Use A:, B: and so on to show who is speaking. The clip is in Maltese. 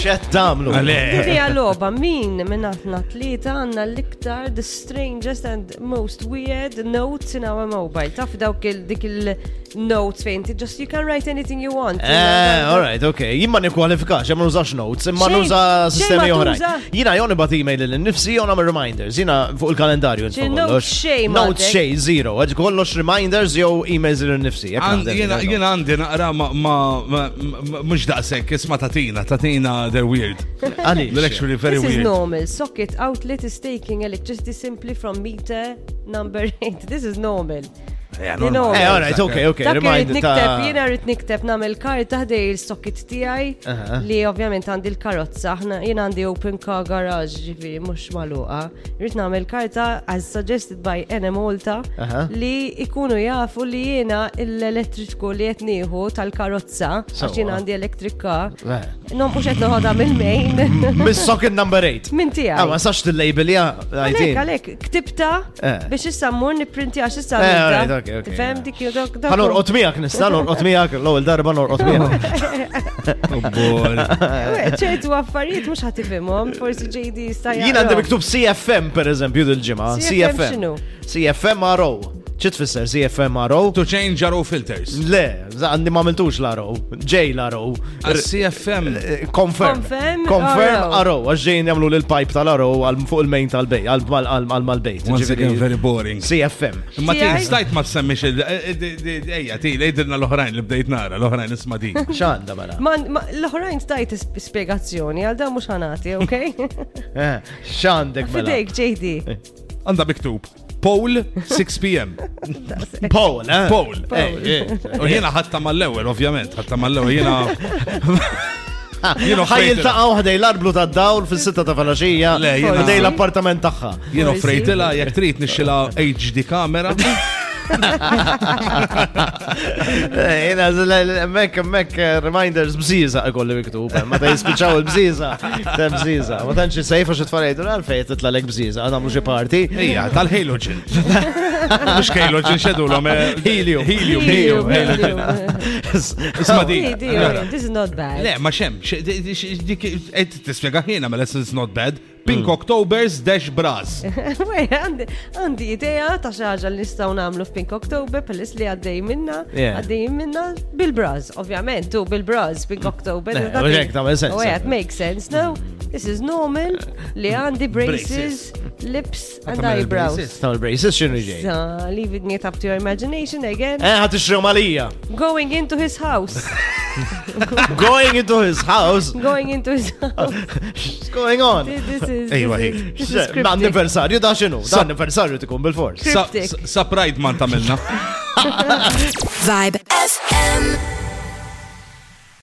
A: xed tamlu.
B: Għale.
C: Dinja loba, min minn aħna tlieta għandna l-iktar the strangest and most weird notes in our mobile. Taf dawk il- dik il-notes fejn ti just you can write anything you want.
A: Eh, alright, ok. Jien ma nikkwalifikax, ma nużax notes, imma
C: Xejn,
A: nuża
C: xejn
A: sistemi
C: ma
A: oħrajn.
C: tuża.
A: Jina joni bat email l-nifsi jona ma reminders, jina fuq il-kalendarju nfa
C: Xi notes
A: kollox.
C: xejn
A: Notes
C: m'għandek.
A: xej, zero. Għadġi kollox reminders jew emails l-nifsi.
B: Jien għandi naqra ma- ma- ma- ma- mhux daqshekk, isma tatina, tatina they're weird. They're
A: Għalix.
B: actually very
C: This is
B: weird.
C: normal. Socket outlet is taking electricity simply from meter number 8. This is normal.
B: Yeah,
C: You
B: normal.
C: know.
A: Eh, alright, ok, ok.
C: Dak irrit
A: Reminder
C: nikteb,
A: ta'
C: jiena rrit nikteb namel karta ħdej il-socket
A: Aha.
C: tiegħi li ovvjament għandi l-karozza, aħna jiena għandi open car garage ġifieri mhux magħluqa. Rrit namel karta as suggested by Ene Malta
A: Aha.
C: li ikunu jafu li jiena l-elettriku li qed nieħu tal-karozza
A: Sewwa.
C: għax jiena għandi electric car.
A: Eh.
C: Non mhux qed noħodha mill-main.
A: Miss socket number 8.
C: Min tiegħi.
A: Ah, ma sax t-label ja,
C: Għalek,
A: għajdin.
C: għalek, ktibta
A: Eh.
C: biex issa mmur niprinti għax issa.
A: Eh,
C: għamilta.
A: alright, okay, okay,
C: Tifhem
A: yeah.
C: dik jew dak dak-
A: Għanor otmijak nista, għanor otmijak, l-ewel darba għanor otmijak.
B: Oh, boy.
C: Eh, ċertu affarijiet mhux ħatifimhom, forsi JD sta
A: Jien għandi miktub CFM per eżempju dil-ġimgħa.
C: CFM x'inhu?
A: CFM RO. ċi tfisser CFM RO?
B: To change our filters.
A: Le, za- għandi ma miltux la RO. Ġej la RO.
B: Ah, CFM.
A: Eh, Confirm.
C: Confirm
A: Confirm
C: RO.
A: RO. Għaxġejn jamlu l-pipe tal-RO għal fuq il-main tal-bej, għal-mal-bejt.
B: Once again, very boring.
A: CFM.
B: Ma
C: CI?
B: ti stajt ma tsemmix il- eh, di- di- di- ejja, ti lejdirna l-oħrajn li bdejt nara, l-oħrajn isma di.
A: ċanda mela.
C: Man, ma, l-oħrajn stajt is- spiegazzjoni, għal dan mhux ħanati, ok?
A: ċandek Eh, mela.
C: Fidejk, JD.
B: Għanda miktub. Poll 6 p.m.
A: Eh. Paul, eh?
B: Poll.
A: Eh, eh.
B: U jena ħatta mal-ewel, ovvjament, ħatta mal-ewel, jena Jien
A: ħaj
B: offrejt
A: jiltaqaw ħdej l-arblu ta' dawl fil-sitta ta' falaxija.
B: Le, jien
A: ħdej
B: għamil.
A: l-appartament tagħha.
B: jien
C: Forsi.
B: offrejtila jek trid nixxila HD kamera.
A: Eh, Jena, mek, mek, eh, reminders bżiza kolli miktub. eh, Ma ta' jispiċaw il-bżiza. Ta' bżiza. Ma ta' nċi sejfa xe tfarajtu għalfej titla lek bżiza. Għanamlu xie parti.
B: Ija, tal-Halogen. Mux Halogen xedu l-om. eh,
A: Helium.
B: Helium.
C: Helium,
B: Helium. Helium.
C: helium.
B: Isma di.
C: Di, di,
A: Mela.
B: Allora.
C: This is not bad.
B: Le, ma xem, xe- di- di- xe- dik, ed tispiega ħina, ma it's not bad. Pink Octobers dash Brass.
C: Wej, għandi- Għandi idea ta' xaġa li nistgħu nagħmlu f'Pink October pelis li għaddej minna,
A: Yeah.
C: għaddej minna bil-braz, ovvjament, tu bil-braz, Pink October.
A: Eh, u hekk tagħmel sens,
C: Oh, yeah,
A: eh.
C: it makes sense, no? This is normal li għandi braces, lips and
B: Tagħmel
C: eyebrows.
B: il-braces.
A: Staw il-braces xinu ġej.
C: So, leave it neat up to your imagination again.
A: Eh, ħat ixrom għalija.
C: Going into his house.
A: Going into his house.
C: Going into his house.
A: What's going on?
C: This this is.
B: Ejwa, hej.
C: this is- this is cryptic.
A: Anniversarju da xinu. Da anniversarju tikun bil-fors.
B: Sa-
C: Cryptic.
B: sa- Sa pride man tamilna.
D: Vibe FM.